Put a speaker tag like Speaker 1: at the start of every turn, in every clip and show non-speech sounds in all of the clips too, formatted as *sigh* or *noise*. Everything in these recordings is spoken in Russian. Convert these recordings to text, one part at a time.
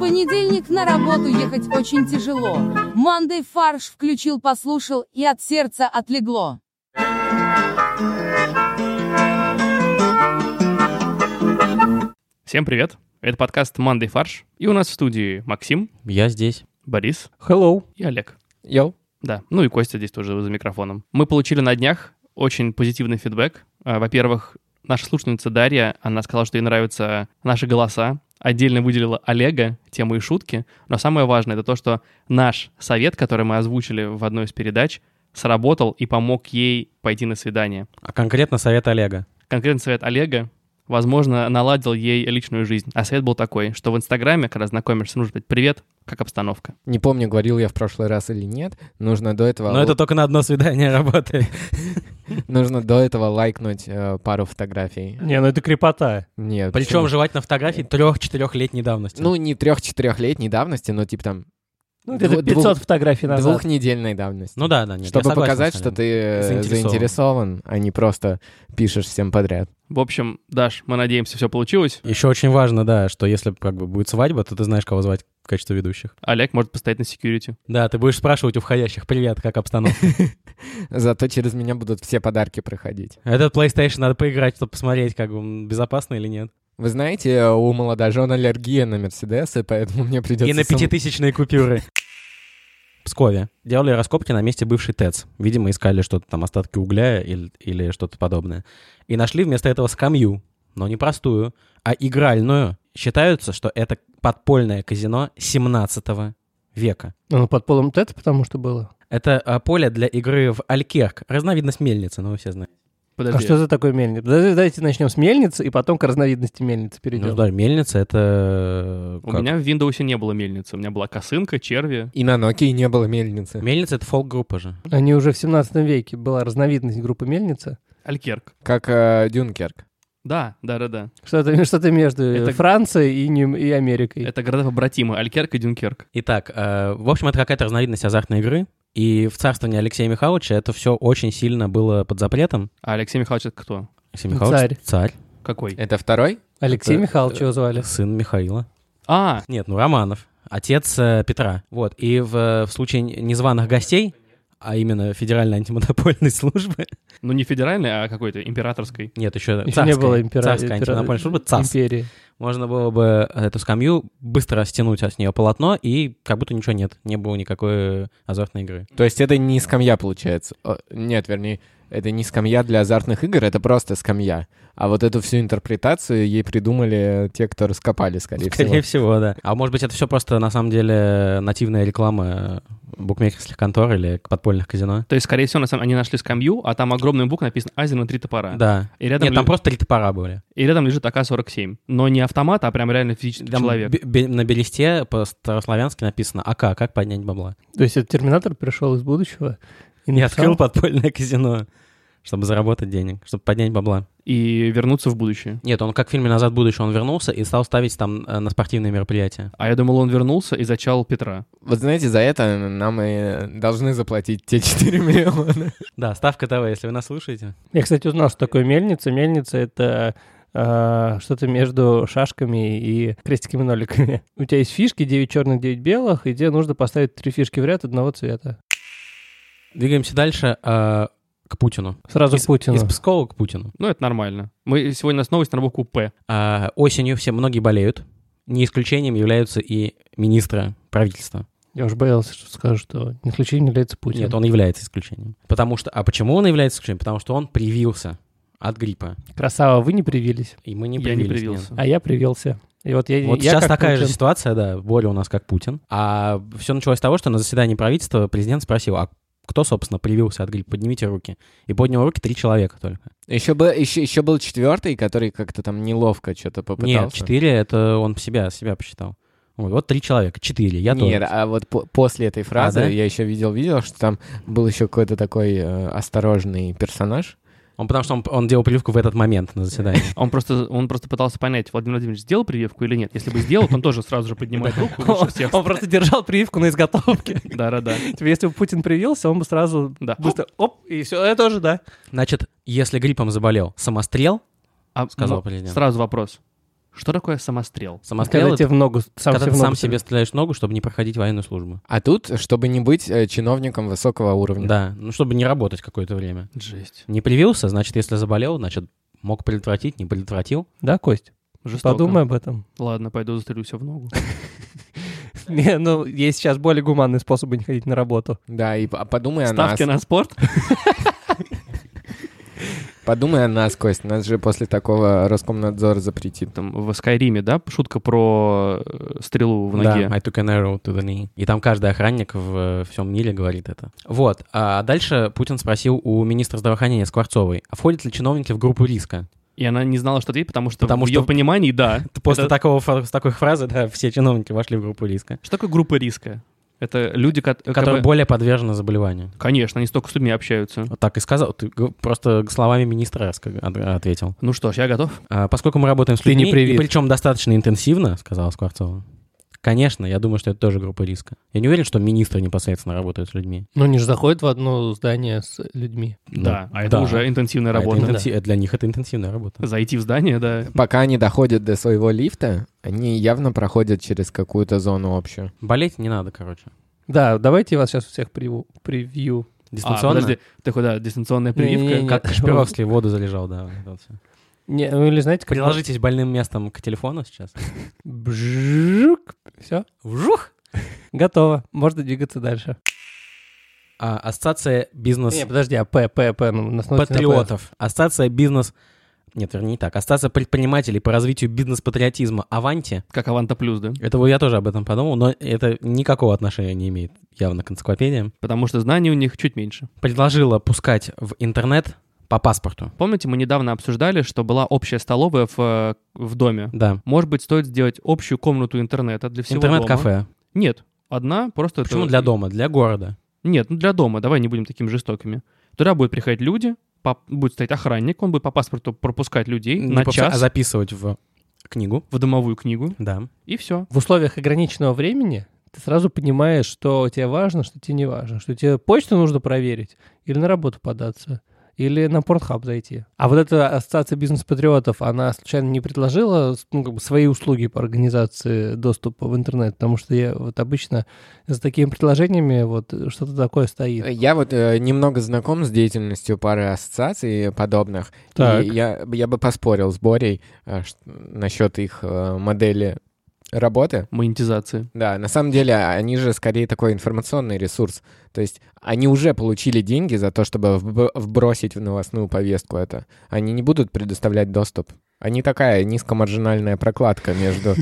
Speaker 1: понедельник на работу ехать очень тяжело. Мандей фарш включил, послушал, и от сердца отлегло.
Speaker 2: Всем привет! Это подкаст «Мандай фарш», и у нас в студии Максим,
Speaker 3: Я здесь.
Speaker 2: Борис
Speaker 4: Hello.
Speaker 2: и Олег.
Speaker 4: Йоу.
Speaker 2: Да, ну и Костя здесь тоже за микрофоном. Мы получили на днях очень позитивный фидбэк. А, Во-первых, наша слушательница Дарья, она сказала, что ей нравятся наши голоса, отдельно выделила Олега, тему и шутки, но самое важное это то, что наш совет, который мы озвучили в одной из передач, сработал и помог ей пойти на свидание.
Speaker 3: А конкретно совет Олега.
Speaker 2: конкретный совет Олега, возможно, наладил ей личную жизнь. А совет был такой, что в Инстаграме, когда знакомишься, нужно сказать «Привет, как обстановка?»
Speaker 4: Не помню, говорил я в прошлый раз или нет. Нужно до этого,
Speaker 3: Но это только на одно свидание *laughs* работает.
Speaker 4: нужно до этого лайкнуть э, пару фотографий.
Speaker 5: Не, ну это крепота.
Speaker 4: Нет.
Speaker 3: Причем
Speaker 4: почему?
Speaker 3: желать на фотографии трех-четырехлетней давности.
Speaker 4: Ну, не трех-четырехлетней давности, но типа там
Speaker 5: Ну, где-то
Speaker 4: Дву-
Speaker 5: 500
Speaker 4: двух-
Speaker 5: фотографий назад.
Speaker 4: двухнедельной давности.
Speaker 3: ну да, да. Нет, я
Speaker 4: Чтобы
Speaker 3: согласен
Speaker 4: показать,
Speaker 3: с
Speaker 4: что
Speaker 3: Олегом.
Speaker 4: ты э,
Speaker 3: Заинтересован.
Speaker 4: заинтересован, а не просто пишешь всем подряд.
Speaker 2: В общем, Даш, мы надеемся, все получилось.
Speaker 3: Еще очень важно, да, что если как бы будет свадьба, то ты знаешь, кого звать в качестве ведущих.
Speaker 2: Олег может постоять на секьюрити.
Speaker 3: Да, ты будешь спрашивать у входящих, привет, как обстановка?
Speaker 4: Зато через меня будут все подарки проходить.
Speaker 3: *laughs* Этот PlayStation надо поиграть, чтобы посмотреть, как бы м, безопасно или нет.
Speaker 4: Вы знаете, у молодожен аллергия на Мерседесы, поэтому мне придется...
Speaker 3: И на
Speaker 4: сам-
Speaker 3: пятитысячные купюры. В Пскове. Делали раскопки на месте бывшей ТЭЦ. Видимо, искали что-то там, остатки угля или, или что-то подобное. И нашли вместо этого скамью, но не простую, а игральную. Считаются, что это подпольное казино 17 века.
Speaker 5: Ну, под полом ТЭЦ, потому что было.
Speaker 3: Это а, поле для игры в алькерк, разновидность мельницы, ну вы все знаете.
Speaker 2: Подожди.
Speaker 5: А что за такое мельница? Давайте, давайте начнем с мельницы, и потом к разновидности мельницы перейдем.
Speaker 3: Ну да, мельница это... э,
Speaker 2: У
Speaker 3: как?
Speaker 2: меня в Windows не было мельницы. У меня была косынка, черви.
Speaker 4: И на Nokia не было мельницы.
Speaker 3: Мельница это фолк-группа же.
Speaker 5: Они уже в 17 веке. Была разновидность группы мельница.
Speaker 2: Алькерк.
Speaker 4: Как э, Дюнкерк.
Speaker 2: Да, да, да, да.
Speaker 5: Что-то *laughs* что между
Speaker 2: Это-
Speaker 5: Францией и, Нью- и Америкой.
Speaker 2: Это города побратимы. Алькерк и Дюнкерк.
Speaker 3: Итак, э, в общем, это какая-то разновидность азартной игры. И в царствовании Алексея Михайловича это все очень сильно было под запретом.
Speaker 2: А Алексей Михайлович это кто?
Speaker 5: Ну,
Speaker 2: Э,
Speaker 3: Алексей Михайлович царь.
Speaker 2: Какой?
Speaker 4: Это второй?
Speaker 5: Алексей
Speaker 3: это-
Speaker 5: Михайлович его звали.
Speaker 3: сын Михаила.
Speaker 2: А,
Speaker 3: Нет, ну Романов, отец э, Петра. Вот. И в, э, в случае незваных гостей, а именно Федеральной антимонопольной *laughs* службы,
Speaker 2: ну не федеральной, а какой-то императорской.
Speaker 3: нет, еще,
Speaker 5: Еще не было импера-
Speaker 3: царская
Speaker 5: импера-
Speaker 3: антимонопольная служба, ЦАС.
Speaker 5: Империи.
Speaker 3: Можно было бы э, эту скамью быстро стянуть с нее полотно, и как будто ничего нет, не было никакой э, азартной игры.
Speaker 4: То есть это не скамья получается. О, Нет, вернее, это не скамья для азартных игр, это просто скамья. А вот эту всю интерпретацию ей придумали те, кто раскопали, скорее,
Speaker 3: Скорее
Speaker 4: всего.
Speaker 3: всего, да. А может быть, это все просто на самом деле нативная реклама букмекерских контор или подпольных казино?
Speaker 2: То есть, скорее всего, на самом- они нашли скамью, а там огромным буквом написано «Азина три топора».
Speaker 3: Да.
Speaker 2: И рядом,
Speaker 3: Нет, там
Speaker 2: ле-
Speaker 3: просто три топора были.
Speaker 2: и рядом лежит АК-47. Но не автомат, а прям реально физический
Speaker 3: Там
Speaker 2: человек.
Speaker 3: бе- бе- на бересте по-старославянски написано АК, как поднять бабла.
Speaker 5: То есть это терминатор пришел из будущего
Speaker 3: *laughs*
Speaker 5: и
Speaker 3: Не
Speaker 5: написал-
Speaker 3: открыл подпольное казино, чтобы заработать денег, чтобы поднять бабла.
Speaker 2: и вернуться в будущее.
Speaker 3: Нет, он как в фильме «Назад в будущее» он вернулся и стал ставить там э, на спортивные мероприятия.
Speaker 2: А я думал, он вернулся и зачал Петра.
Speaker 4: Вот знаете, за это нам и должны заплатить те *laughs* 4 миллиона.
Speaker 3: Да, ставка того, если вы нас слушаете.
Speaker 5: Я, кстати, узнал, что такое мельница. Мельница — это а, что-то между шашками и крестиками-ноликами. У тебя есть фишки, 9 черных, 9 белых, и тебе нужно поставить три фишки в ряд одного цвета.
Speaker 3: Двигаемся дальше э, к Путину.
Speaker 5: Сразу
Speaker 3: Из-
Speaker 5: к Путину.
Speaker 3: Из Пскова к Путину.
Speaker 2: Ну, это нормально. Мы сегодня у нас новость на букву «П».
Speaker 3: А, осенью все многие болеют. Не исключением являются и министры правительства.
Speaker 5: Я уж боялся, что скажу, что не исключением является Путин.
Speaker 3: Нет, он является исключением. Потому что... А почему он является исключением? Потому что он привился от гриппа.
Speaker 5: Красава, вы не привились,
Speaker 3: И мы не
Speaker 2: я не
Speaker 3: привились.
Speaker 2: привился.
Speaker 5: а я привился. И вот я,
Speaker 3: Вот
Speaker 5: я
Speaker 3: сейчас
Speaker 5: как
Speaker 3: такая
Speaker 5: Путин.
Speaker 3: же ситуация, да, Боря у нас как Путин. А все началось с того, что на заседании правительства президент спросил, а кто, собственно, привился от гриппа? Поднимите руки. И поднял руки три человека только.
Speaker 4: Еще был, еще, еще был четвертый, который как-то там неловко что-то попытался.
Speaker 3: Нет, четыре — это он себя, себя посчитал. Вот, вот три человека, четыре, я
Speaker 4: Нет,
Speaker 3: тоже.
Speaker 4: а вот по- после этой фразы
Speaker 3: А, да?
Speaker 4: я еще видел видео, что там был еще какой-то такой э, осторожный персонаж.
Speaker 3: Он потому что он, он делал прививку в этот момент на заседании.
Speaker 2: Он просто, он просто пытался понять, Владимир Владимирович сделал прививку или нет. Если бы сделал, то он тоже сразу же поднимает руку выше
Speaker 3: *laughs*
Speaker 2: всех.
Speaker 5: Он просто держал прививку на изготовке.
Speaker 2: Да-да-да.
Speaker 5: Типа, Если бы Путин привился, он бы сразу
Speaker 2: Да.
Speaker 5: быстро... Оп, и все, я тоже, да.
Speaker 3: Значит, если гриппом заболел самострел,
Speaker 2: А,
Speaker 3: сказал
Speaker 2: ну,
Speaker 3: президент.
Speaker 2: Сразу вопрос. Что такое самострел?
Speaker 3: Самострел
Speaker 5: Когда тебе
Speaker 3: это
Speaker 5: в ногу, сам
Speaker 3: когда ты
Speaker 5: себе в ногу
Speaker 3: сам себе
Speaker 5: стреляешь.
Speaker 3: стреляешь в ногу, чтобы не проходить военную службу.
Speaker 4: А тут, чтобы не быть э, чиновником высокого уровня.
Speaker 3: Да, ну чтобы не работать какое-то время.
Speaker 2: Жесть.
Speaker 3: Не привился, значит, если заболел, значит, мог предотвратить, не предотвратил.
Speaker 5: Да, Кость?
Speaker 2: Жестоко.
Speaker 5: Подумай об этом.
Speaker 2: Ладно, пойду застрелю все в ногу.
Speaker 5: Не, ну, есть сейчас более гуманные способы не ходить на работу.
Speaker 4: Да, и по- подумай о нас.
Speaker 2: Ставки на спорт?
Speaker 4: Подумай о нас, Кость. Нас же после такого Роскомнадзор запретит.
Speaker 2: Там в Скайриме, да, шутка про э, стрелу в ноге.
Speaker 3: Да, I took an arrow to the knee. И там каждый охранник в э, всем мире говорит это. Вот. А дальше Путин спросил у министра здравоохранения Скворцовой, а входят ли чиновники в группу риска?
Speaker 2: И она не знала, что ответить, потому что
Speaker 3: Потому
Speaker 2: в ее
Speaker 3: что-
Speaker 2: понимании, да. *laughs*
Speaker 3: После
Speaker 2: Это-
Speaker 3: такого, фра- с такой фразы, да, все чиновники вошли в группу риска,
Speaker 2: Что такое группа риска? Это люди, кот- как
Speaker 3: которые
Speaker 2: бы-
Speaker 3: более подвержены заболеванию.
Speaker 2: Конечно, они столько с людьми общаются.
Speaker 3: Вот так и сказал. Ты г- просто словами министра ск- от- ответил.
Speaker 2: Ну что ж, я готов.
Speaker 3: А, поскольку мы работаем с
Speaker 4: Ты не
Speaker 3: людьми,
Speaker 4: привит.
Speaker 3: и причем достаточно интенсивно, сказала Скворцова. Конечно, я думаю, что это тоже группа риска. Я не уверен, что министры непосредственно работают с людьми.
Speaker 5: Ну, не же заходят в одно здание с людьми.
Speaker 3: Ну,
Speaker 2: да, а это
Speaker 3: да.
Speaker 2: уже интенсивная
Speaker 3: А это
Speaker 2: работа.
Speaker 3: интенси- Для них это интенсивная работа.
Speaker 2: Зайти в здание, да. А,
Speaker 4: Пока они доходят до своего лифта, они явно проходят через какую-то зону общую.
Speaker 3: Болеть не надо, короче.
Speaker 5: Да, давайте я вас сейчас всех приву- превью.
Speaker 2: А,
Speaker 3: *laughs*
Speaker 2: подожди, такой, да, дистанционная прививка.
Speaker 5: Не-не-не.
Speaker 2: Как-
Speaker 3: Как Кашпировский воду залежал, да. вот это вот всё.
Speaker 5: Не, ну, или знаете, как...
Speaker 3: Приложитесь больным местом к телефону сейчас.
Speaker 5: Бжук. Все,
Speaker 3: Вжух!
Speaker 5: готово. Можно двигаться дальше.
Speaker 3: А, ассоциация бизнес...
Speaker 5: Не, подожди, а П, П, П, ну, нас носит на
Speaker 3: патриотов. Ассоциация бизнес... Нет, вернее, не так. Ассоциация предпринимателей по развитию бизнес-патриотизма «Аванти».
Speaker 2: Как Аванта Плюс, да?
Speaker 3: Это вот я тоже об этом подумал, но это никакого отношения не имеет явно к энциклопедиям.
Speaker 2: Потому что знаний у них чуть меньше.
Speaker 3: Предложила пускать в интернет по паспорту.
Speaker 2: Помните, мы недавно обсуждали, что была общая столовая в, э, в доме.
Speaker 3: Да.
Speaker 2: Может быть, стоит сделать общую комнату интернета для всего дома?
Speaker 3: Интернет-кафе.
Speaker 2: Нет, одна просто... это-
Speaker 3: Почему для дома? Для города.
Speaker 2: Нет, ну для дома, давай не будем такими жестокими. Туда будут приходить люди, по- будет стоять охранник, он будет по паспорту пропускать людей
Speaker 3: Не
Speaker 2: на
Speaker 3: попс-
Speaker 2: час
Speaker 3: а записывать в книгу.
Speaker 2: в домовую книгу,
Speaker 3: Да.
Speaker 2: и все.
Speaker 5: В условиях ограниченного времени ты сразу понимаешь, что тебе важно, что тебе не важно, что тебе почту нужно проверить или на работу податься, или на Портхаб зайти. А вот эта ассоциация бизнес-патриотов, она случайно не предложила ну, как бы свои услуги по организации доступа в интернет, потому что я вот обычно за такими предложениями вот что-то такое стоит.
Speaker 4: Я вот э, немного знаком с деятельностью пары ассоциаций подобных.
Speaker 5: Так.
Speaker 4: И я, я бы поспорил с Борей э, ш- насчет их э, модели работы.
Speaker 2: Монетизации.
Speaker 4: Да, на самом деле а, они же скорее такой информационный ресурс. То есть они уже получили деньги за то, чтобы вб- вбросить в новостную повестку это. Они не будут предоставлять доступ. Они такая низкомаржинальная прокладка
Speaker 3: *laughs*
Speaker 4: между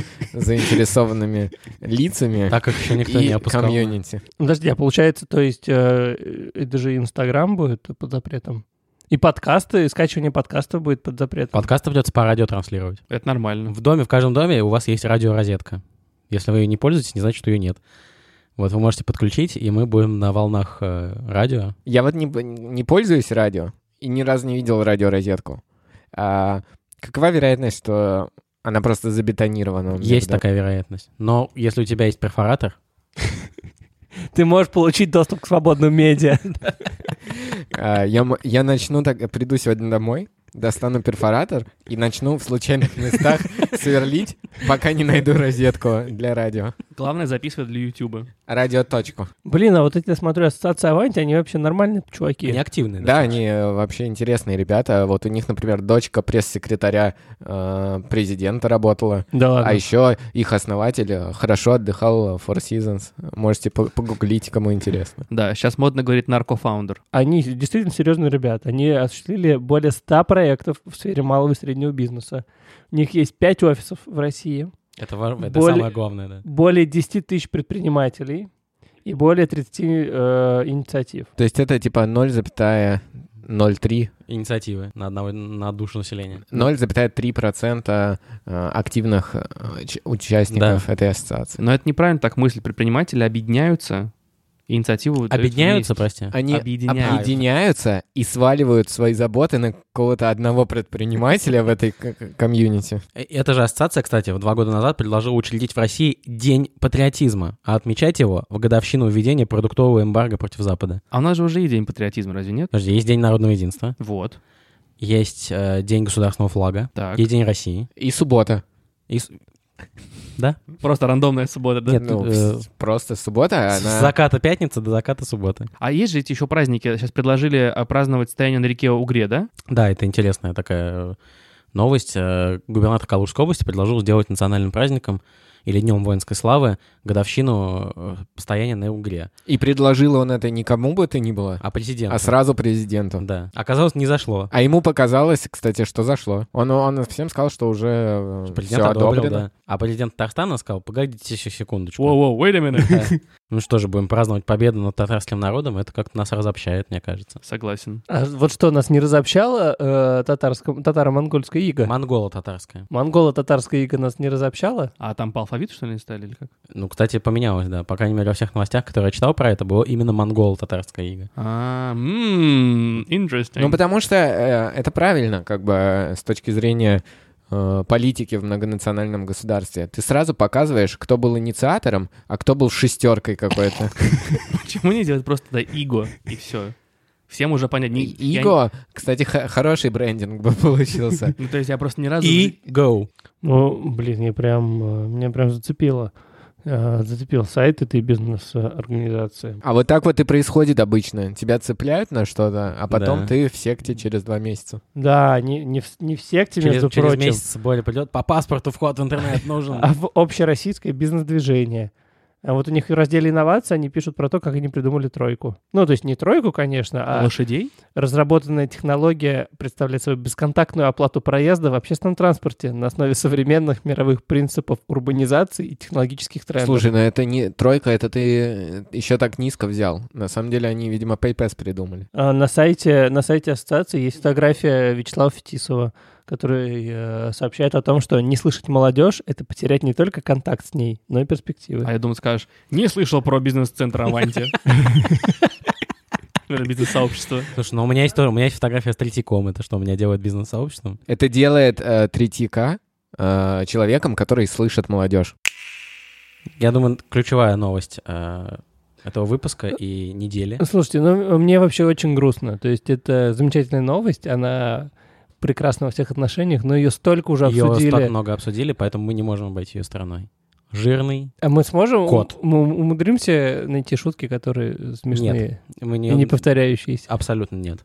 Speaker 4: заинтересованными лицами
Speaker 3: Так их еще никто не
Speaker 4: и
Speaker 3: опускал.
Speaker 4: комьюнити.
Speaker 5: Подожди, а получается, то есть э, это же Инстаграм будет под запретом? И подкасты, и скачивание подкастов будет под запретом.
Speaker 3: Подкасты придется по радио транслировать.
Speaker 2: Это нормально.
Speaker 3: В доме, в каждом доме у вас есть радиорозетка. Если вы ее не пользуетесь, не значит, что ее нет. Вот вы можете подключить, и мы будем на волнах э, радио.
Speaker 4: Я вот не, п- не пользуюсь радио и ни разу не видел радиорозетку. А, какова вероятность, что она просто забетонирована? у меня
Speaker 3: есть
Speaker 4: в доме?
Speaker 3: такая вероятность. Но если у тебя есть перфоратор,
Speaker 5: Ты можешь получить доступ к свободным медиа.
Speaker 4: А, Я, м- я начну так, приду сегодня домой, достану перфоратор и начну в случайных местах сверлить, пока не найду розетку для радио.
Speaker 2: Главное записывать для Ютуба.
Speaker 4: Радиоточку.
Speaker 5: Блин, а вот эти, я смотрю, ассоциации Аванти, они вообще нормальные чуваки.
Speaker 3: они активны.
Speaker 4: Да, они э, вообще интересные ребята. Вот у них, например, дочка пресс-секретаря э, президента работала.
Speaker 5: Да ладно.
Speaker 4: А еще их основатель э, хорошо отдыхал в Four Seasons. Можете по- погуглить, кому интересно.
Speaker 2: Да, сейчас модно говорить наркофаундер.
Speaker 5: Они действительно серьезные ребята. Они осуществили более 100 проектов в сфере малого и среднего бизнеса. У них есть 5 офисов в России,
Speaker 3: Это, ва- это
Speaker 5: Более-
Speaker 3: самое главное, да.
Speaker 5: более 10 тысяч предпринимателей и более 30 э, инициатив.
Speaker 4: То есть это типа 0,03
Speaker 3: Инициативы на одного на душу населения.
Speaker 4: 0,3% э, активных э, уч- участников этой ассоциации.
Speaker 2: Но это неправильно так мысли Предприниматели объединяются, и инициативу... дают
Speaker 3: Объединяются,
Speaker 2: вместе.
Speaker 3: прости.
Speaker 4: Они
Speaker 2: Объединяются.
Speaker 4: объединяются и сваливают свои заботы на какого-то одного предпринимателя в этой к- к- комьюнити.
Speaker 3: Э, Эта же ассоциация, кстати, в два года назад предложила учредить в России День патриотизма, а отмечать его в годовщину введения продуктового эмбарго против Запада.
Speaker 2: А у нас же уже и день патриотизма, разве нет?
Speaker 3: Подожди, есть День народного единства,
Speaker 2: Вот,
Speaker 3: есть э, День государственного флага,
Speaker 2: так.
Speaker 3: есть День России,
Speaker 4: И суббота.
Speaker 3: И с-
Speaker 2: Просто рандомная суббота, да?
Speaker 3: Нет,
Speaker 4: Ну,
Speaker 3: тут, э,
Speaker 4: пс- просто суббота,
Speaker 3: с
Speaker 4: она...
Speaker 3: заката пятницы до заката субботы.
Speaker 2: А есть же эти еще праздники. Сейчас предложили а, праздновать стояние на реке Угре, да?
Speaker 3: Да, это интересная такая э, новость. Э, Губернатор Калужской области предложил сделать национальным праздником или Днем воинской славы годовщину э, постояния на Угре.
Speaker 4: И предложил он это никому бы то ни было,
Speaker 3: А президент...
Speaker 4: а сразу президенту.
Speaker 3: Да. Оказалось, не зашло.
Speaker 4: А ему показалось, кстати, что зашло. Он, он всем сказал, что уже
Speaker 3: Президент
Speaker 4: все
Speaker 3: одобрил,
Speaker 4: одобрено.
Speaker 3: да. А президент Татарстана сказал, погодите еще секундочку.
Speaker 2: Воу-воу, wait a minute.
Speaker 3: Ну что же, будем праздновать победу над татарским народом, это как-то нас разобщает, мне кажется.
Speaker 2: *laughs* Согласен.
Speaker 5: А вот что нас не разобщало, э, татарском- татаро-монгольская ига?
Speaker 3: Монголо-татарское.
Speaker 5: Монголо-татарская ига нас не разобщала?
Speaker 2: А там по алфавиту, что ли, стали или как?
Speaker 3: Ну, кстати, поменялось, да. По крайней мере, во всех новостях, которые я читал про это, было именно монголо-татарская ига.
Speaker 2: А, м, М-м, interesting.
Speaker 4: Ну, потому что э, это правильно, как бы, э, с точки зрения э, политики в многонациональном государстве. Ты сразу показываешь, кто был инициатором, а кто был
Speaker 2: *laughs*
Speaker 4: шестеркой какой-то.
Speaker 2: *laughs* Почему не делать просто да, иго и все? Всем уже понять. Не, я
Speaker 4: Иго, кстати, х- хороший брендинг бы *laughs* получился.
Speaker 2: не- Ну, то есть я просто ни разу...
Speaker 3: И go.
Speaker 5: Ну, блин, я прям, э, меня прям зацепило. Э, Зацепил сайт этой э, бизнес-организации.
Speaker 4: А вот так вот и происходит обычно. Тебя цепляют на что-то, а потом
Speaker 3: Да.
Speaker 4: ты в секте через два месяца.
Speaker 5: Да, не, не, в, не в секте, между
Speaker 3: Через, через
Speaker 5: прочим,
Speaker 3: месяц более придет. По паспорту вход в интернет
Speaker 5: *laughs*
Speaker 3: нужен.
Speaker 5: а в общероссийское бизнес-движение. А вот у них в разделе инновации они пишут про то, как они придумали тройку. Ну, то есть не тройку, конечно, а
Speaker 2: Лошадей?
Speaker 5: разработанная технология представляет собой бесконтактную оплату проезда в общественном транспорте на основе современных мировых принципов урбанизации и технологических трендов.
Speaker 4: Слушай, ну это не тройка, это ты еще так низко взял. На самом деле они, видимо, PayPass придумали.
Speaker 5: А, На сайте, на сайте ассоциации есть фотография Вячеслава Фетисова, который э, сообщает о том, что не слышать молодежь — это потерять не только контакт с ней, но и перспективы.
Speaker 2: А я думаю, скажешь, не слышал про бизнес-центр Аванти. *laughs* Это Бизнес-сообщество.
Speaker 3: Слушай, ну у меня есть тоже, у меня есть фотография с Третьяком, это что, меня делает бизнес-сообществом?
Speaker 4: Это делает э, 3TK э, человеком, который слышит молодежь.
Speaker 3: Я думаю, ключевая новость э, этого выпуска и недели.
Speaker 5: Слушайте, ну мне вообще очень грустно. То есть это замечательная новость, она прекрасна во всех отношениях, но ее столько уже
Speaker 3: Ее
Speaker 5: обсудили.
Speaker 3: так много обсудили, поэтому мы не можем обойти ее стороной. Жирный.
Speaker 5: А мы сможем,
Speaker 3: Кот.
Speaker 5: мы умудримся найти шутки, которые смешные
Speaker 3: Мы
Speaker 5: и не повторяющиеся?
Speaker 3: Абсолютно нет.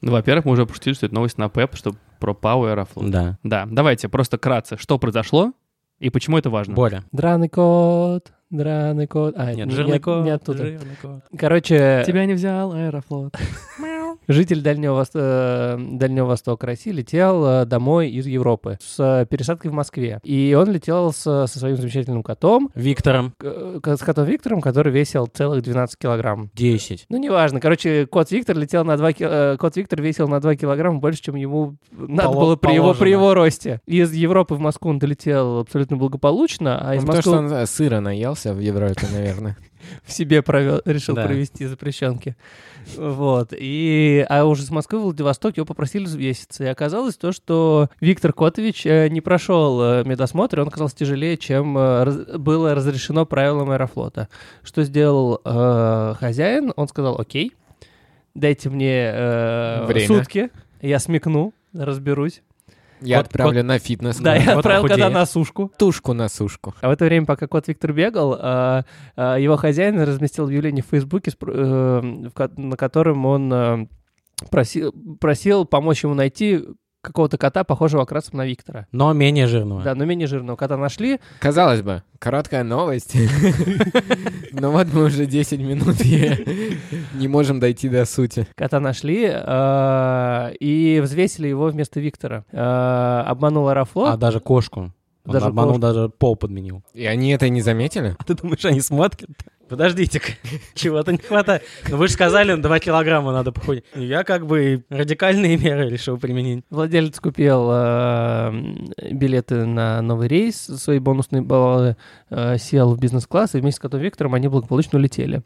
Speaker 2: Ну, Во-первых, мы уже пошутили, что это новость на ПЭП, что про Power Affluent.
Speaker 3: Да.
Speaker 2: Да, давайте просто кратце, что произошло и почему это важно.
Speaker 3: Боря.
Speaker 5: Драный кот, драный кот. А,
Speaker 3: Нет,
Speaker 5: не-
Speaker 3: жирный
Speaker 5: не-
Speaker 3: кот.
Speaker 5: не оттуда.
Speaker 3: жирный кот.
Speaker 5: Короче,
Speaker 2: Тебя не взял Аэрофлот.
Speaker 5: Житель Дальнего, Вос- э, Дальнего Востока России летел э, домой из Европы с э, пересадкой в Москве. И он летел с- со, своим замечательным котом,
Speaker 3: Виктором.
Speaker 5: к- э, с котом Виктором, который весил целых 12 килограмм.
Speaker 3: 10.
Speaker 5: Ну, неважно. Короче, кот Виктор летел на 2 Кот Виктор весил на 2 килограмма больше, чем ему э, надо
Speaker 3: Поло-
Speaker 5: было при его,
Speaker 3: положено.
Speaker 5: при его росте. Из Европы в Москву он долетел абсолютно благополучно, а
Speaker 4: Ну,
Speaker 5: из
Speaker 4: потому что
Speaker 5: Москвы
Speaker 4: он э, сыра наелся в Европе,
Speaker 5: *laughs*
Speaker 4: наверное.
Speaker 5: в себе провел, решил
Speaker 3: Да.
Speaker 5: провести запрещенки. Вот. И, а уже с Москвы в Владивосток его попросили взвеситься. И оказалось то, что Виктор Котович э, не прошел э, медосмотр, и он оказался тяжелее, чем э, раз- было разрешено правилам Аэрофлота. Что сделал э, хозяин? Он сказал, окей, дайте мне э,
Speaker 4: Время.
Speaker 5: сутки, я смекну, разберусь.
Speaker 4: Я
Speaker 3: Кот-
Speaker 4: отправлю на фитнес.
Speaker 5: Да, я
Speaker 3: кот
Speaker 5: отправил кота
Speaker 3: похудеет.
Speaker 5: на сушку.
Speaker 4: Тушку на сушку.
Speaker 5: А в это время, пока кот Виктор бегал, а, а, его хозяин разместил объявление в Фейсбуке, спро- э, в ко- на котором он э, проси- просил помочь ему найти какого-то кота, похожего окрасом на Виктора.
Speaker 3: Но менее жирного.
Speaker 5: Да, но менее жирного кота нашли.
Speaker 4: Казалось бы, короткая новость. *laughs* Но вот мы уже 10 минут и *laughs* не можем дойти до сути.
Speaker 5: Кота нашли э, и взвесили его вместо Виктора. Э, обманул Аэрофлот.
Speaker 3: А даже кошку. Он
Speaker 5: Даже
Speaker 3: обманул,
Speaker 5: кошку.
Speaker 3: даже пол подменил.
Speaker 4: И они это не заметили?
Speaker 3: А ты думаешь, они смотрят? Подождите-ка, *laughs* чего-то не хватает. Ну вы же сказали, на 2 килограмма надо похудеть. Я как бы радикальные меры решил применить.
Speaker 5: Владелец купил э, м, билеты на новый рейс, свои бонусные баллы, э, сел в бизнес-класс, и вместе с котом Виктором они благополучно улетели.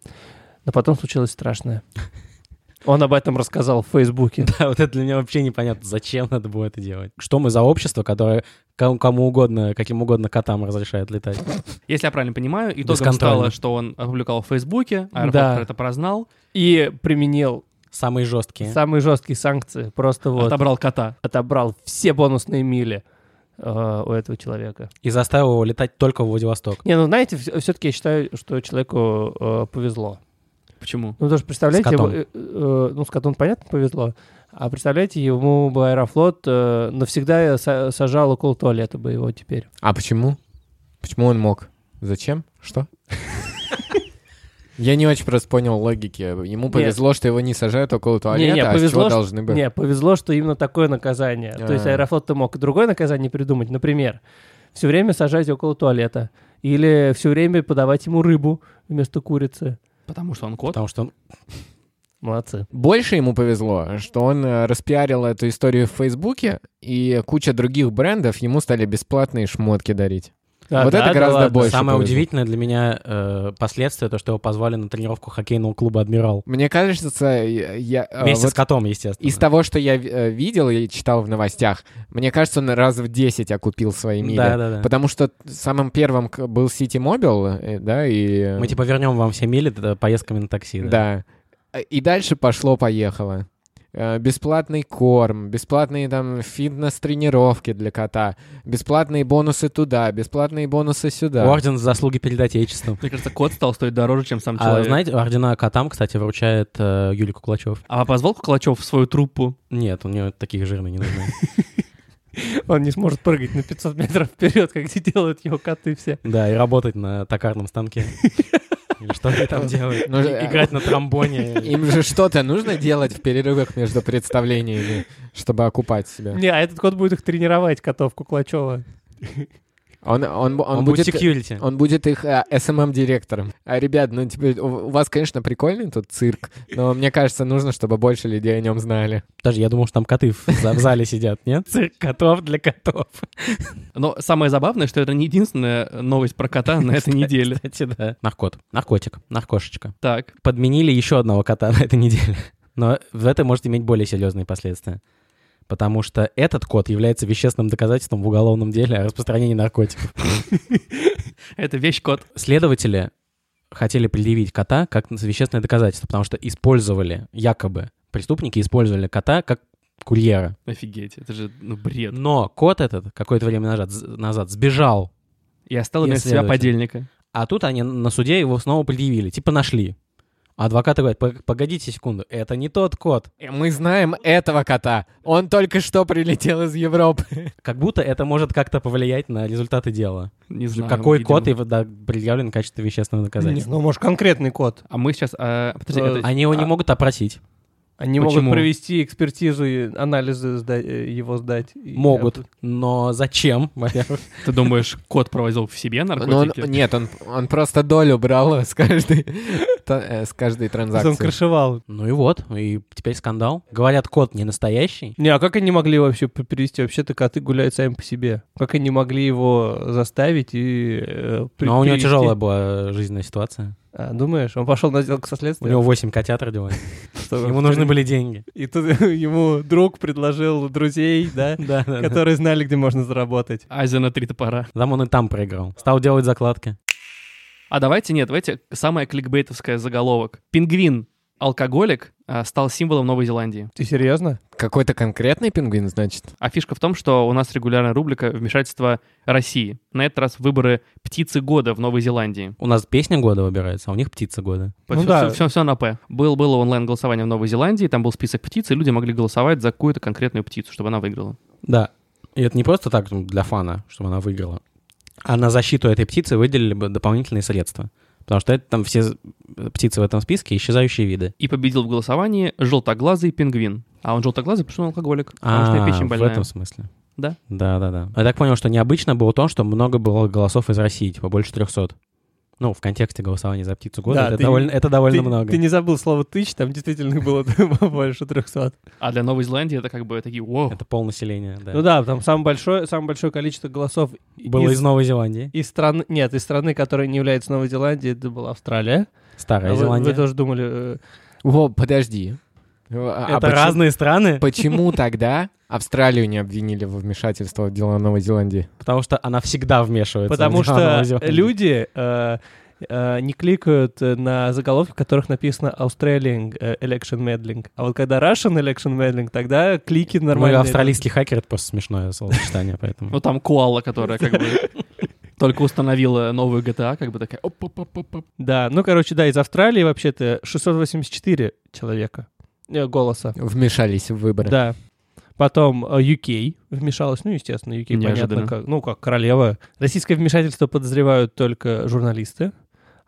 Speaker 5: Но потом случилось страшное. Он об этом рассказал в Фейсбуке.
Speaker 3: *laughs* Да, А вот это для меня вообще непонятно, зачем надо было это делать. Что мы за общество, которое кому, кому угодно, каким угодно котам разрешает летать?
Speaker 2: Если я правильно понимаю, итогом
Speaker 3: Бесконтрольно.
Speaker 2: стало, что он опубликовал в Фейсбуке, Аэрофлот
Speaker 5: Да.
Speaker 2: про это прознал,
Speaker 5: И применил
Speaker 3: Самые жесткие.
Speaker 5: самые жесткие санкции. Просто вот
Speaker 2: отобрал кота.
Speaker 5: отобрал все бонусные мили. э, у этого человека.
Speaker 3: И заставил его летать только в Владивосток.
Speaker 5: Не, ну знаете, все-таки я считаю, что человеку э, повезло.
Speaker 2: Почему?
Speaker 5: Ну, потому что, представляете,
Speaker 3: С котом.
Speaker 5: его, э, э, ну, с котом, понятно, повезло. А представляете, ему бы Аэрофлот э, навсегда са- сажал около туалета бы его теперь.
Speaker 4: А почему? Почему он мог? Зачем?
Speaker 5: *laughs*
Speaker 4: Что? Я не очень просто понял логики. Ему повезло, что его не сажают около туалета,
Speaker 5: Не-не,
Speaker 4: а с чего
Speaker 5: повезло, что-
Speaker 4: должны бы?
Speaker 5: Не, повезло, что именно такое наказание. То есть
Speaker 4: А.
Speaker 5: Аэрофлот-то мог и другое наказание придумать. Например, все время сажать около туалета. Или все время подавать ему рыбу вместо курицы.
Speaker 2: Потому что он кот.
Speaker 3: Потому что он-
Speaker 5: Молодцы.
Speaker 4: Больше ему повезло, что он э, распиарил эту историю в Фейсбуке, и куча других брендов ему стали бесплатные шмотки дарить.
Speaker 5: А,
Speaker 4: Вот это гораздо больше.
Speaker 3: самое
Speaker 4: повезло.
Speaker 3: удивительное для меня э, последствие, то, что его позвали на тренировку хоккейного клуба «Адмирал».
Speaker 4: Мне кажется, я... я, э,
Speaker 3: Вместе
Speaker 4: вот
Speaker 3: с котом, естественно.
Speaker 4: Из того, что я э, видел и читал в новостях, мне кажется, он раз в 10 окупил свои мили.
Speaker 3: да, да, да.
Speaker 4: Потому что самым первым к- был City Mobile, э, да, и... э,
Speaker 3: Мы типа вернем вам все мили да, поездками на такси.
Speaker 4: Да. Э, И дальше пошло-поехало. Э, Бесплатный корм, бесплатные там фитнес-тренировки для кота, бесплатные бонусы туда, бесплатные бонусы сюда.
Speaker 3: Орден за заслуги перед Отечеством.
Speaker 2: Мне кажется, кот стал стоить дороже, чем сам
Speaker 3: А
Speaker 2: человек. А,
Speaker 3: знаете, ордена котам, кстати, вручает э, Юлий Куклачев.
Speaker 2: А позвал Калачев в свою труппу?
Speaker 3: Нет, у нее такие жирные не нужны.
Speaker 5: Он не сможет прыгать на 500 метров вперед, как *laughs* делают его коты все.
Speaker 3: Да, и работать на токарном станке. Или что они там делают?
Speaker 4: Ну,
Speaker 3: И- Играть на
Speaker 4: *laughs*
Speaker 3: тромбоне.
Speaker 4: *laughs* Им же что-то нужно делать в перерывах между представлениями, чтобы окупать себя.
Speaker 5: Не, а этот кот будет их тренировать, котов Куклачева.
Speaker 4: Он, он, он,
Speaker 3: Он будет
Speaker 4: будет... э,
Speaker 3: секьюрити.
Speaker 4: Он будет их э, СММ-директором. А, ребят, ну, типа, у у вас, конечно, прикольный тут цирк, но мне кажется, нужно, чтобы больше людей о нем знали.
Speaker 3: Даже я думал, что там коты в за- в зале сидят, нет? Цирк котов для котов.
Speaker 2: Но самое забавное, что это не единственная новость про кота на этой неделе.
Speaker 3: *laughs* Кстати, да. Э, Наркот. Наркотик. Наркошечка.
Speaker 2: Так,
Speaker 3: Подменили еще одного кота на этой неделе. *laughs* Но в это может иметь более серьезные последствия. Потому что этот кот является вещественным доказательством в уголовном деле о распространении наркотиков.
Speaker 2: это вещь кот.
Speaker 3: Следователи хотели предъявить кота как вещественное доказательство, потому что использовали, якобы, преступники использовали кота как курьера.
Speaker 2: Офигеть, это же ну, бред.
Speaker 3: Но кот этот какое-то время назад, назад сбежал.
Speaker 2: И оставил
Speaker 3: Я
Speaker 2: вместо себя
Speaker 3: следователь.
Speaker 2: подельника.
Speaker 3: А тут они на суде его снова предъявили. Типа нашли. А Адвокаты говорят, «Пог- погодите секунду, это не тот кот.
Speaker 4: Э, Мы знаем этого кота. Он только что прилетел из Европы.
Speaker 3: Как будто это может как-то повлиять на результаты дела.
Speaker 2: Не знаю.
Speaker 3: Какой
Speaker 2: ну, видимо.
Speaker 3: кот и да, предъявлен в качестве вещественного
Speaker 5: Не,
Speaker 3: доказательства.
Speaker 5: ну, может, конкретный кот.
Speaker 2: А мы сейчас... а, подожди,
Speaker 5: Э,
Speaker 2: это-
Speaker 3: Они его не
Speaker 2: а,
Speaker 3: могут опросить.
Speaker 5: Они
Speaker 2: Почему?
Speaker 5: могут провести экспертизу и анализы сда- э, его сдать. И-
Speaker 3: Могут, но зачем? во-первых?
Speaker 2: Ты думаешь, кот провозил в себе
Speaker 3: Ну,
Speaker 4: Но он-
Speaker 2: наркотики?
Speaker 4: нет, он, он просто долю брал с каждой, та- э, с каждой
Speaker 5: Он
Speaker 4: транзакции.
Speaker 5: крышевал.
Speaker 3: Ну и вот, и теперь скандал. Говорят, кот не настоящий.
Speaker 5: Не, а как они могли вообще п- перевести? Вообще-то коты гуляют сами по себе. Как они могли его заставить и... э, при-
Speaker 3: Но у него
Speaker 5: перевести?
Speaker 3: тяжелая была жизная ситуация.
Speaker 5: А, думаешь, он пошел на сделку со
Speaker 3: У
Speaker 5: следствием?
Speaker 3: него 8 котят *laughs* родилось.
Speaker 5: Что-
Speaker 3: Ему нужны были деньги.
Speaker 5: *laughs* И тут *laughs* ему друг предложил друзей,
Speaker 3: *laughs*
Speaker 5: да,
Speaker 3: *laughs* Да, да, да.
Speaker 5: которые знали, где можно заработать.
Speaker 2: Азия на три топора.
Speaker 3: Там он и там проиграл. Стал делать закладки.
Speaker 2: А давайте, нет, давайте самая кликбейтовская заголовок. Пингвин, алкоголик, а, стал символом Новой Зеландии.
Speaker 5: Ты серьезно?
Speaker 4: Какой-то конкретный пингвин, значит?
Speaker 2: А фишка в том, что у нас регулярная рубрика «Вмешательство России». На этот раз выборы птицы года в Новой Зеландии.
Speaker 3: У нас песня года выбирается, а у них птица года.
Speaker 5: Ну
Speaker 2: все,
Speaker 5: да.
Speaker 2: все, на П. Был, было онлайн-голосование в Новой Зеландии, там был список птиц, и люди могли голосовать за какую-то конкретную птицу, чтобы она выиграла.
Speaker 3: Да. И это не просто так ну, для фана, чтобы она выиграла. А на защиту этой птицы выделили бы дополнительные средства. Потому что это там все з- птицы в этом списке исчезающие виды.
Speaker 2: И победил в голосовании желтоглазый пингвин. А он желтоглазый, потому что он алкоголик. Потому что у
Speaker 3: А,
Speaker 2: него печень
Speaker 3: в
Speaker 2: больная.
Speaker 3: этом смысле.
Speaker 2: Да.
Speaker 3: Да, да, да. Я так понял, что необычно было то, что много было голосов из России, типа больше 300. Ну, в контексте голосования за птицу года
Speaker 5: Да,
Speaker 3: это,
Speaker 5: ты-
Speaker 3: довольно, это довольно
Speaker 5: ты,
Speaker 3: много.
Speaker 5: ты не забыл слово тысяч, там действительно *laughs* их было больше 300.
Speaker 2: А для Новой Зеландии это как бы такие, вау,
Speaker 3: Это пол населения, да.
Speaker 5: Ну да, там самое большое, самое большое количество голосов
Speaker 3: Было из... Новой Зеландии.
Speaker 5: из страны, нет, из страны, которая не является Новой Зеландией, это была Австралия.
Speaker 3: Старая
Speaker 5: А вы,
Speaker 3: Зеландия.
Speaker 5: вы тоже думали, э,
Speaker 4: О, подожди. А
Speaker 3: Это
Speaker 4: почему-
Speaker 3: разные страны,
Speaker 4: Почему тогда Австралию не обвинили во вмешательство в дела Новой Зеландии?
Speaker 3: потому что она всегда вмешивается. в Ну,
Speaker 5: потому
Speaker 3: дела Новой
Speaker 5: что
Speaker 3: Зеландии.
Speaker 5: люди э, э, не кликают э, на заголовки, в которых написано Australian э, Election Meddling. А вот когда Russian Election Meddling, тогда клики
Speaker 3: Ну,
Speaker 5: нормально.
Speaker 3: или австралийский хакер — это просто
Speaker 2: *laughs*
Speaker 3: смешное словосочетание, поэтому...
Speaker 2: Ну, там Куала, которая как бы
Speaker 3: *laughs*
Speaker 2: только установила новую GTA, как бы такая... оп-оп-оп-оп-оп.
Speaker 5: Да, ну, короче, да, из Австралии вообще-то 684 человека э, голоса.
Speaker 4: Вмешались в выборы.
Speaker 5: Да. Потом э, UK вмешалась, ну, естественно, UK,
Speaker 2: Неожиданно.
Speaker 5: понятно, как, ну, как королева. Российское вмешательство подозревают только журналисты,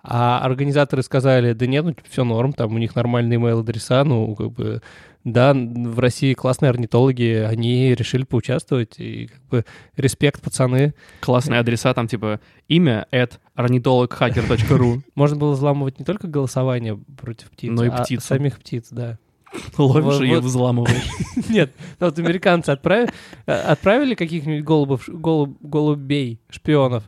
Speaker 5: а организаторы сказали, да нет, ну, все норм, там у них нормальные email-адреса, ну, как бы, да, н- в России классные орнитологи, они решили поучаствовать, и как бы респект, пацаны.
Speaker 2: Классные адреса там типа имя at ornithologhacker.ru.
Speaker 5: Можно было взламывать не только голосование против птиц,
Speaker 2: Но и
Speaker 5: а
Speaker 2: птицу.
Speaker 5: самих птиц, да.
Speaker 2: Ловишь
Speaker 5: Вот-
Speaker 2: ее,
Speaker 5: вот.
Speaker 2: взламываешь.
Speaker 5: Нет, ну вот американцы отправили, отправили каких-нибудь голубов, голуб- голубей, шпионов,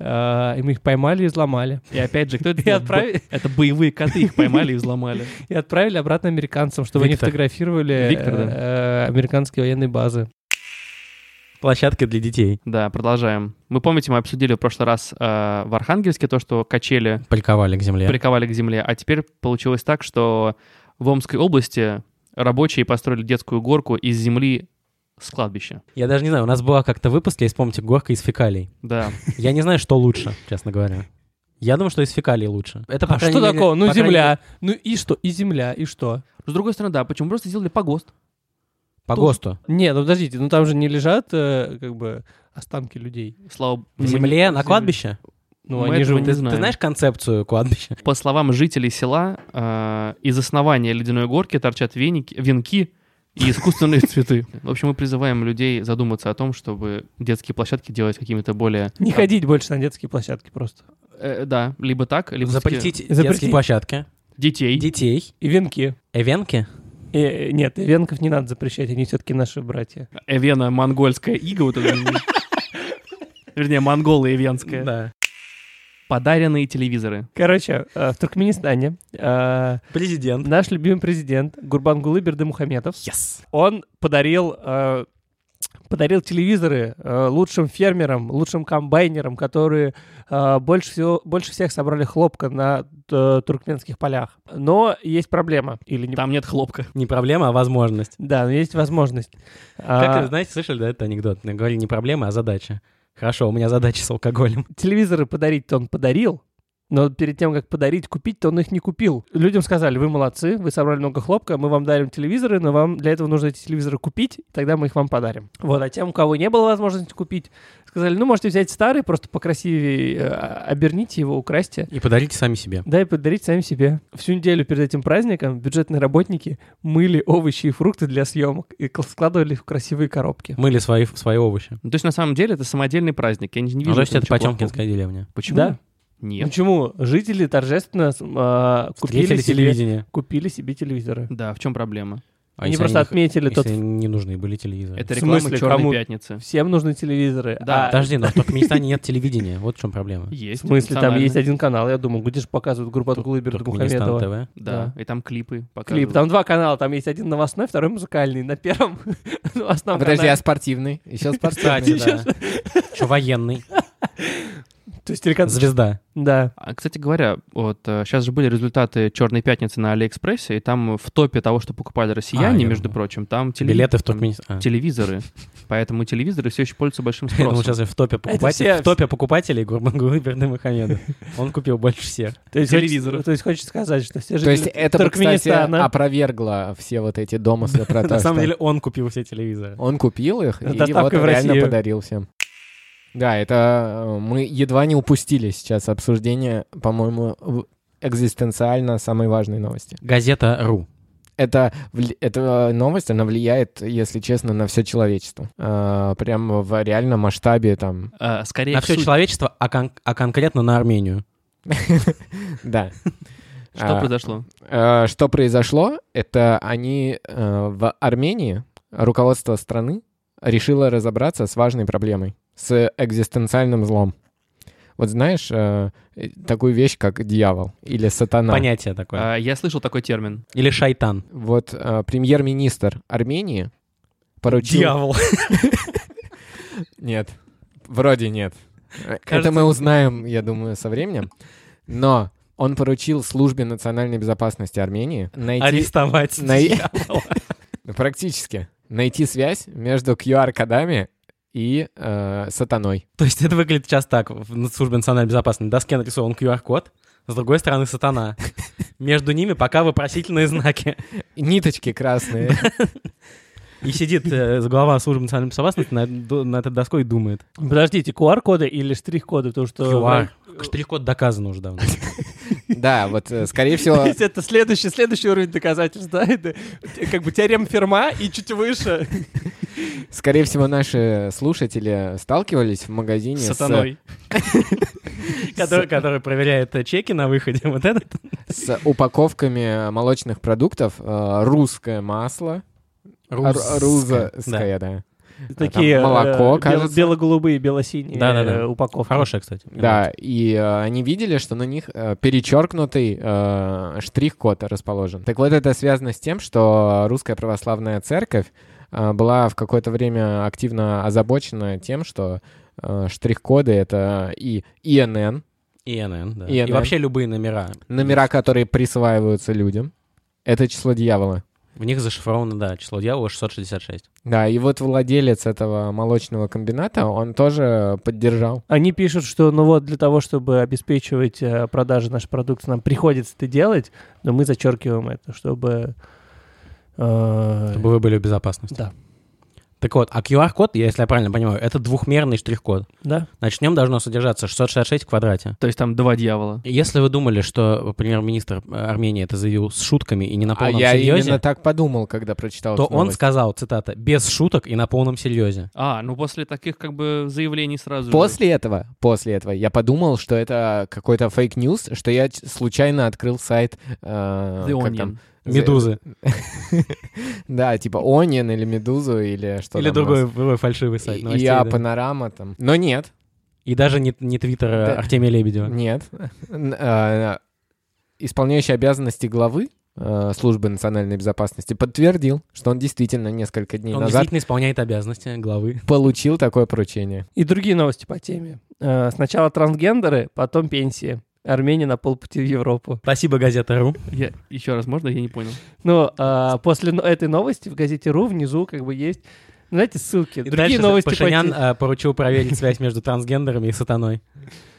Speaker 5: э, и мы их поймали и взломали.
Speaker 2: И опять же, кто это?
Speaker 5: И отправили,
Speaker 2: *laughs* Это боевые коты, их поймали и взломали.
Speaker 5: и отправили обратно американцам, чтобы они
Speaker 3: Виктор.
Speaker 5: фотографировали
Speaker 2: Виктор, да.
Speaker 5: э, американские военные базы.
Speaker 3: Площадка для детей.
Speaker 2: Да, продолжаем. Мы помните, мы обсудили в прошлый раз э, в Архангельске то, что качели
Speaker 3: Пальковали к земле.
Speaker 2: приковали к земле. А теперь получилось так, что в Омской области рабочие построили детскую горку из земли с кладбища.
Speaker 3: Я даже не знаю, у нас была как-то выпуск, если помните, типа, горка из фекалий.
Speaker 2: Да.
Speaker 3: Я не знаю, что лучше, честно говоря. Я думаю, что из фекалий лучше. Это, по
Speaker 5: А
Speaker 3: крайней
Speaker 5: что
Speaker 3: мере,
Speaker 5: такого? Ну
Speaker 3: по крайней мере,
Speaker 5: земля. Ну и что? И земля, и что?
Speaker 2: С другой стороны, да, почему просто сделали погост?
Speaker 3: По ГОСТу.
Speaker 5: Не, ну подождите, ну там же не лежат э, как бы останки людей.
Speaker 2: Слава
Speaker 3: В земле, на кладбище?
Speaker 5: Ну
Speaker 2: Мы
Speaker 5: они
Speaker 2: этого
Speaker 5: же...
Speaker 2: не
Speaker 3: Ты, ты
Speaker 2: знаем.
Speaker 3: знаешь концепцию кладбища?
Speaker 2: По словам жителей села, э, из основания ледяной горки торчат веники, венки и *laughs* искусственные цветы. В общем, мы призываем людей задуматься о том, чтобы детские площадки делать какими-то более...
Speaker 5: Не ходить больше на детские площадки просто.
Speaker 2: Э, да, либо так, либо всё-таки
Speaker 3: Запретить детские
Speaker 5: Запретить.
Speaker 3: площадки.
Speaker 2: детей.
Speaker 3: Детей.
Speaker 5: И венки.
Speaker 3: Эвенки.
Speaker 5: Э, нет, и венков не надо запрещать, они все-таки наши братья.
Speaker 2: Эвена А монгольская ига, вот эта. *laughs* Вернее, монголо эвенская.
Speaker 3: Да.
Speaker 2: Подаренные телевизоры.
Speaker 5: Короче, э, в Туркменистане э,
Speaker 3: Президент.
Speaker 5: наш любимый президент Гурбангулы Бердымухаметов,
Speaker 3: Yes.
Speaker 5: он подарил, э, подарил телевизоры э, лучшим фермерам, лучшим комбайнерам, которые э, больше, всего, больше всех собрали хлопка на э, туркменских полях. Но есть проблема. Или не...
Speaker 2: Там нет хлопка.
Speaker 3: Не проблема, а возможность.
Speaker 5: Да, но есть возможность.
Speaker 3: Как
Speaker 5: А,
Speaker 3: вы знаете, слышали, да, этот анекдот? Говорили не проблема, а задача. Хорошо, у меня задача с алкоголем.
Speaker 5: телевизоры подарить-то он подарил, но перед тем, как подарить, купить-то он их не купил. Людям сказали, вы молодцы, вы собрали много хлопка, мы вам дарим телевизоры, но вам для этого нужно эти телевизоры купить, тогда мы их вам подарим. Вот, а тем, у кого не было возможности купить, сказали, ну, можете взять старый, просто покрасивее э, оберните его, украсьте.
Speaker 3: И подарите сами себе.
Speaker 5: Да, и подарить сами себе. Всю неделю перед этим праздником бюджетные работники мыли овощи и фрукты для съемок и кл- складывали их в красивые коробки.
Speaker 3: Мыли свои, свои овощи.
Speaker 2: Ну, То есть, на самом деле, это самодельный праздник. Я не, не
Speaker 5: А
Speaker 2: вижу...
Speaker 3: Ну, то есть
Speaker 2: в этом
Speaker 3: это
Speaker 2: ничего
Speaker 3: Потемкинская деревня.
Speaker 2: плохого. Почему?
Speaker 5: Да. Ну,
Speaker 2: Нет.
Speaker 5: Почему? Жители торжественно с- а, купили,
Speaker 3: Встретили
Speaker 5: себе,
Speaker 3: телевидение.
Speaker 5: купили себе телевизоры.
Speaker 2: Да, в чем проблема?
Speaker 3: А
Speaker 5: они
Speaker 3: если
Speaker 5: просто
Speaker 3: их-
Speaker 5: отметили
Speaker 3: если
Speaker 5: тот...
Speaker 3: они не нужны были телевизоры.
Speaker 2: Это
Speaker 5: В
Speaker 2: реклама
Speaker 5: смысле,
Speaker 2: «Черной
Speaker 5: кому?
Speaker 2: пятницы».
Speaker 5: Всем нужны телевизоры.
Speaker 2: Да.
Speaker 5: А
Speaker 3: Подожди, но в Туркменистане нет телевидения. Вот в чем проблема.
Speaker 2: Есть.
Speaker 5: в смысле, там
Speaker 2: национальная.
Speaker 5: есть один канал, я думаю, где же показывают группу от Гулыберда
Speaker 3: Туркменистан
Speaker 5: Мухаметова.
Speaker 3: ТВ.
Speaker 2: Да, и там клипы показывают.
Speaker 5: Клип. Там два канала, там есть один новостной, второй музыкальный. На первом *laughs* новостном
Speaker 4: Подожди, а
Speaker 5: канале-
Speaker 4: спортивный? Еще спортивный.
Speaker 3: Кстати, да. Что, военный?
Speaker 4: а
Speaker 5: То есть телеканал...
Speaker 3: Звезда.
Speaker 5: Да.
Speaker 2: А, кстати говоря, вот сейчас же были результаты «Черной пятницы» на Алиэкспрессе, и там в топе того, что покупали
Speaker 3: А,
Speaker 2: россияне,
Speaker 3: я
Speaker 2: между
Speaker 3: думал.
Speaker 2: прочим, там теле-
Speaker 3: Билеты в
Speaker 2: там
Speaker 3: Туркменистан. А. *laughs*
Speaker 2: телевизоры. Поэтому телевизоры все еще пользуются большим
Speaker 3: Я думал,
Speaker 2: спросом.
Speaker 3: сейчас я в топе
Speaker 5: все-
Speaker 3: покупателей. В топе покупателей Гурбангулы Бердымухамедов. Он купил больше всех.
Speaker 5: То есть
Speaker 2: Телевизоры.
Speaker 5: хочется- То есть хочется сказать, что все
Speaker 4: То
Speaker 5: жители
Speaker 4: есть это, бы, кстати,
Speaker 5: Туркменистана...
Speaker 4: опровергло все вот
Speaker 3: *laughs*
Speaker 4: эти домыслы про то,
Speaker 3: На самом
Speaker 4: что-
Speaker 3: деле он купил все телевизоры.
Speaker 4: Он купил их
Speaker 5: С
Speaker 4: и вот
Speaker 5: доставкой в
Speaker 4: реально
Speaker 5: Россию.
Speaker 4: подарил всем. Да, это э, мы едва не упустили сейчас обсуждение, по-моему, в- экзистенциально самой важной новости.
Speaker 3: Газета РУ.
Speaker 4: Это, вли- эта новость, она влияет, если честно, на все человечество. Э, Прям в реальном масштабе там, *laughs*
Speaker 2: А, скорее
Speaker 3: На
Speaker 2: к
Speaker 3: все
Speaker 2: сути.
Speaker 3: человечество, а кон- а конкретно на Армению.
Speaker 4: да.
Speaker 2: Что
Speaker 4: А,
Speaker 2: произошло?
Speaker 4: Э, Что произошло? Это они э, в Армении, руководство страны, решило разобраться с важной проблемой, с экзистенциальным злом. Вот знаешь, э, э, такую вещь, как дьявол или сатана.
Speaker 3: Понятие такое.
Speaker 2: А, Я слышал такой термин.
Speaker 3: Или шайтан.
Speaker 4: Вот э, премьер-министр Армении поручил...
Speaker 3: Дьявол.
Speaker 4: Нет, Э, вроде нет.
Speaker 3: Кажется,
Speaker 4: Это мы узнаем, я думаю, со временем. Но он поручил службе национальной безопасности Армении найти...
Speaker 3: Арестовать.
Speaker 4: най-
Speaker 3: дьявола.
Speaker 4: Практически. Найти связь между QR-кодами и э, сатаной.
Speaker 3: То есть это выглядит сейчас так. В на- службе национальной безопасности на доске нарисован QR-код, с другой стороны сатана. Между ними пока вопросительные знаки.
Speaker 4: Ниточки красные.
Speaker 3: И сидит э, глава службы национальной безопасности на, до- на этой доской и думает.
Speaker 5: Подождите, QR-коды или штрих-коды? Потому что...
Speaker 3: QR. Штрих-код доказан уже давно.
Speaker 4: Да, вот, э, скорее
Speaker 5: *laughs*
Speaker 4: всего, *laughs*
Speaker 5: То есть это следующий, следующий уровень доказательств, да? Это как бы теорема Ферма и чуть выше.
Speaker 4: скорее всего, наши слушатели сталкивались в магазине
Speaker 2: С
Speaker 4: с-
Speaker 2: сатаной.
Speaker 3: Который, который проверяет э, чеки на выходе. Вот этот.
Speaker 4: с, упаковками молочных продуктов э, русское масло,
Speaker 3: Русское.
Speaker 4: Р- рузское, да.
Speaker 5: Такие
Speaker 4: Там молоко,
Speaker 5: э, бел-
Speaker 4: кажется.
Speaker 5: бело-голубые, бело-синие
Speaker 3: Да-да-да.
Speaker 5: э, упаковки.
Speaker 3: Хорошая, кстати.
Speaker 4: Да, и э, они видели, что на них э, перечеркнутый э, штрих-код расположен. Так вот, это связано с тем, что Русская Православная Церковь э, была в какое-то время активно озабочена тем, что э, штрих-коды — это и ИНН,
Speaker 3: И ИНН, да.
Speaker 4: ИНН.
Speaker 3: И вообще любые номера.
Speaker 4: номера, которые присваиваются людям. Это число дьявола.
Speaker 3: В них зашифровано, да, число дьявола 666.
Speaker 4: Да, и вот владелец этого молочного комбината, он тоже поддержал.
Speaker 5: Они пишут, что ну вот для того, чтобы обеспечивать э, продажи нашей продукции, нам приходится это делать, но мы зачеркиваем это, чтобы... э,
Speaker 3: Чтобы вы были в безопасности.
Speaker 5: Да.
Speaker 3: Так вот, а QR-код, я, если я правильно понимаю, это двухмерный штрих-код.
Speaker 5: Да?
Speaker 3: Значит, в нем должно содержаться 666 в квадрате.
Speaker 2: То есть там два дьявола.
Speaker 3: Если вы думали, что премьер-министр э, Армении это заявил с шутками и не на
Speaker 4: А
Speaker 3: полном
Speaker 4: я именно
Speaker 3: серьезе,
Speaker 4: так подумал, когда прочитал
Speaker 3: то
Speaker 4: эту
Speaker 3: он
Speaker 4: новость.
Speaker 3: сказал, цитата, «без шуток и на полном серьезе».
Speaker 2: А, ну после таких как бы заявлений сразу же.
Speaker 4: После этого, после этого, я подумал, что это какой-то фейк-ньюс, что я ч- случайно открыл сайт... э,
Speaker 2: The
Speaker 4: как
Speaker 2: Onion.
Speaker 4: там?
Speaker 3: Медузы.
Speaker 4: Да, типа Onion или Медузу или что
Speaker 3: Или
Speaker 4: там у
Speaker 3: другой,
Speaker 4: нас.
Speaker 3: другой фальшивый сайт новостей.
Speaker 4: Я
Speaker 3: да.
Speaker 4: панорама там. Но нет,
Speaker 3: И даже не, не твиттер э,
Speaker 4: Да.
Speaker 3: Артемия Лебедева.
Speaker 4: нет. Н- э, Исполняющий обязанности главы э, службы национальной безопасности подтвердил, что он действительно несколько дней
Speaker 3: Он
Speaker 4: назад
Speaker 3: действительно исполняет обязанности главы.
Speaker 4: получил такое поручение.
Speaker 5: И другие новости по теме. Э, Сначала трансгендеры, потом пенсии. Армения на полпути в Европу.
Speaker 3: Спасибо, газета РУ.
Speaker 2: Я... Еще раз, можно? Я не понял.
Speaker 5: Ну, а, после но- этой новости в газете РУ внизу как бы есть, знаете, ссылки.
Speaker 3: И
Speaker 5: другие
Speaker 3: дальше
Speaker 5: новости по
Speaker 3: Пашинян
Speaker 5: те-
Speaker 3: э, поручил проверить связь между трансгендерами и сатаной.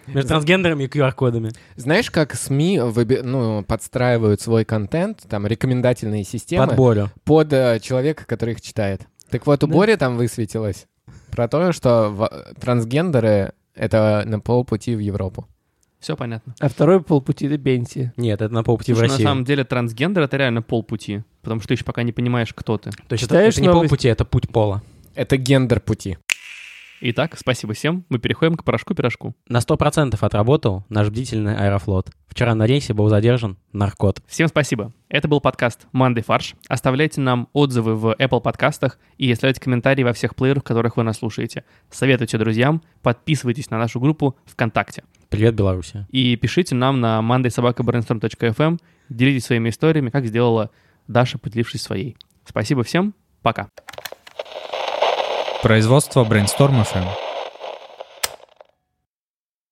Speaker 3: Между трансгендерами и QR-кодами.
Speaker 4: Знаешь, как СМИ выби- ну, подстраивают свой контент, там рекомендательные системы?
Speaker 3: Под Борю.
Speaker 4: под э, человека, который их читает. Так вот, у
Speaker 5: Да.
Speaker 4: Бори там высветилось про то, что в- э, трансгендеры — это на полпути в Европу.
Speaker 2: Все понятно.
Speaker 5: А второй полпути — это пенсии.
Speaker 3: Нет, это на полпути в
Speaker 2: Слушай,
Speaker 3: Типа
Speaker 4: ну,
Speaker 3: России.
Speaker 4: а
Speaker 2: на самом деле трансгендер — это реально полпути. Потому что ты еще пока не понимаешь, кто ты.
Speaker 3: То есть это,
Speaker 5: Читаешь
Speaker 3: это не
Speaker 5: новость?
Speaker 3: полпути, это путь пола.
Speaker 4: Это гендер пути.
Speaker 2: Итак, спасибо всем. Мы переходим к порошку-пирожку.
Speaker 3: На 100% отработал наш бдительный аэрофлот. Вчера на рейсе был задержан наркот.
Speaker 2: Всем спасибо. Это был подкаст «Манды фарш». Оставляйте нам отзывы в Apple подкастах и оставляйте комментарии во всех плеерах, в которых вы нас слушаете. Советуйте друзьям, подписывайтесь на нашу группу ВКонтакте.
Speaker 3: Привет, Белоруссия.
Speaker 2: И пишите нам на mandaysobakabrainstorm.fm, эм. делитесь своими историями, как сделала Даша, поделившись своей. Спасибо всем, пока.
Speaker 6: Производство Brainstorm FM.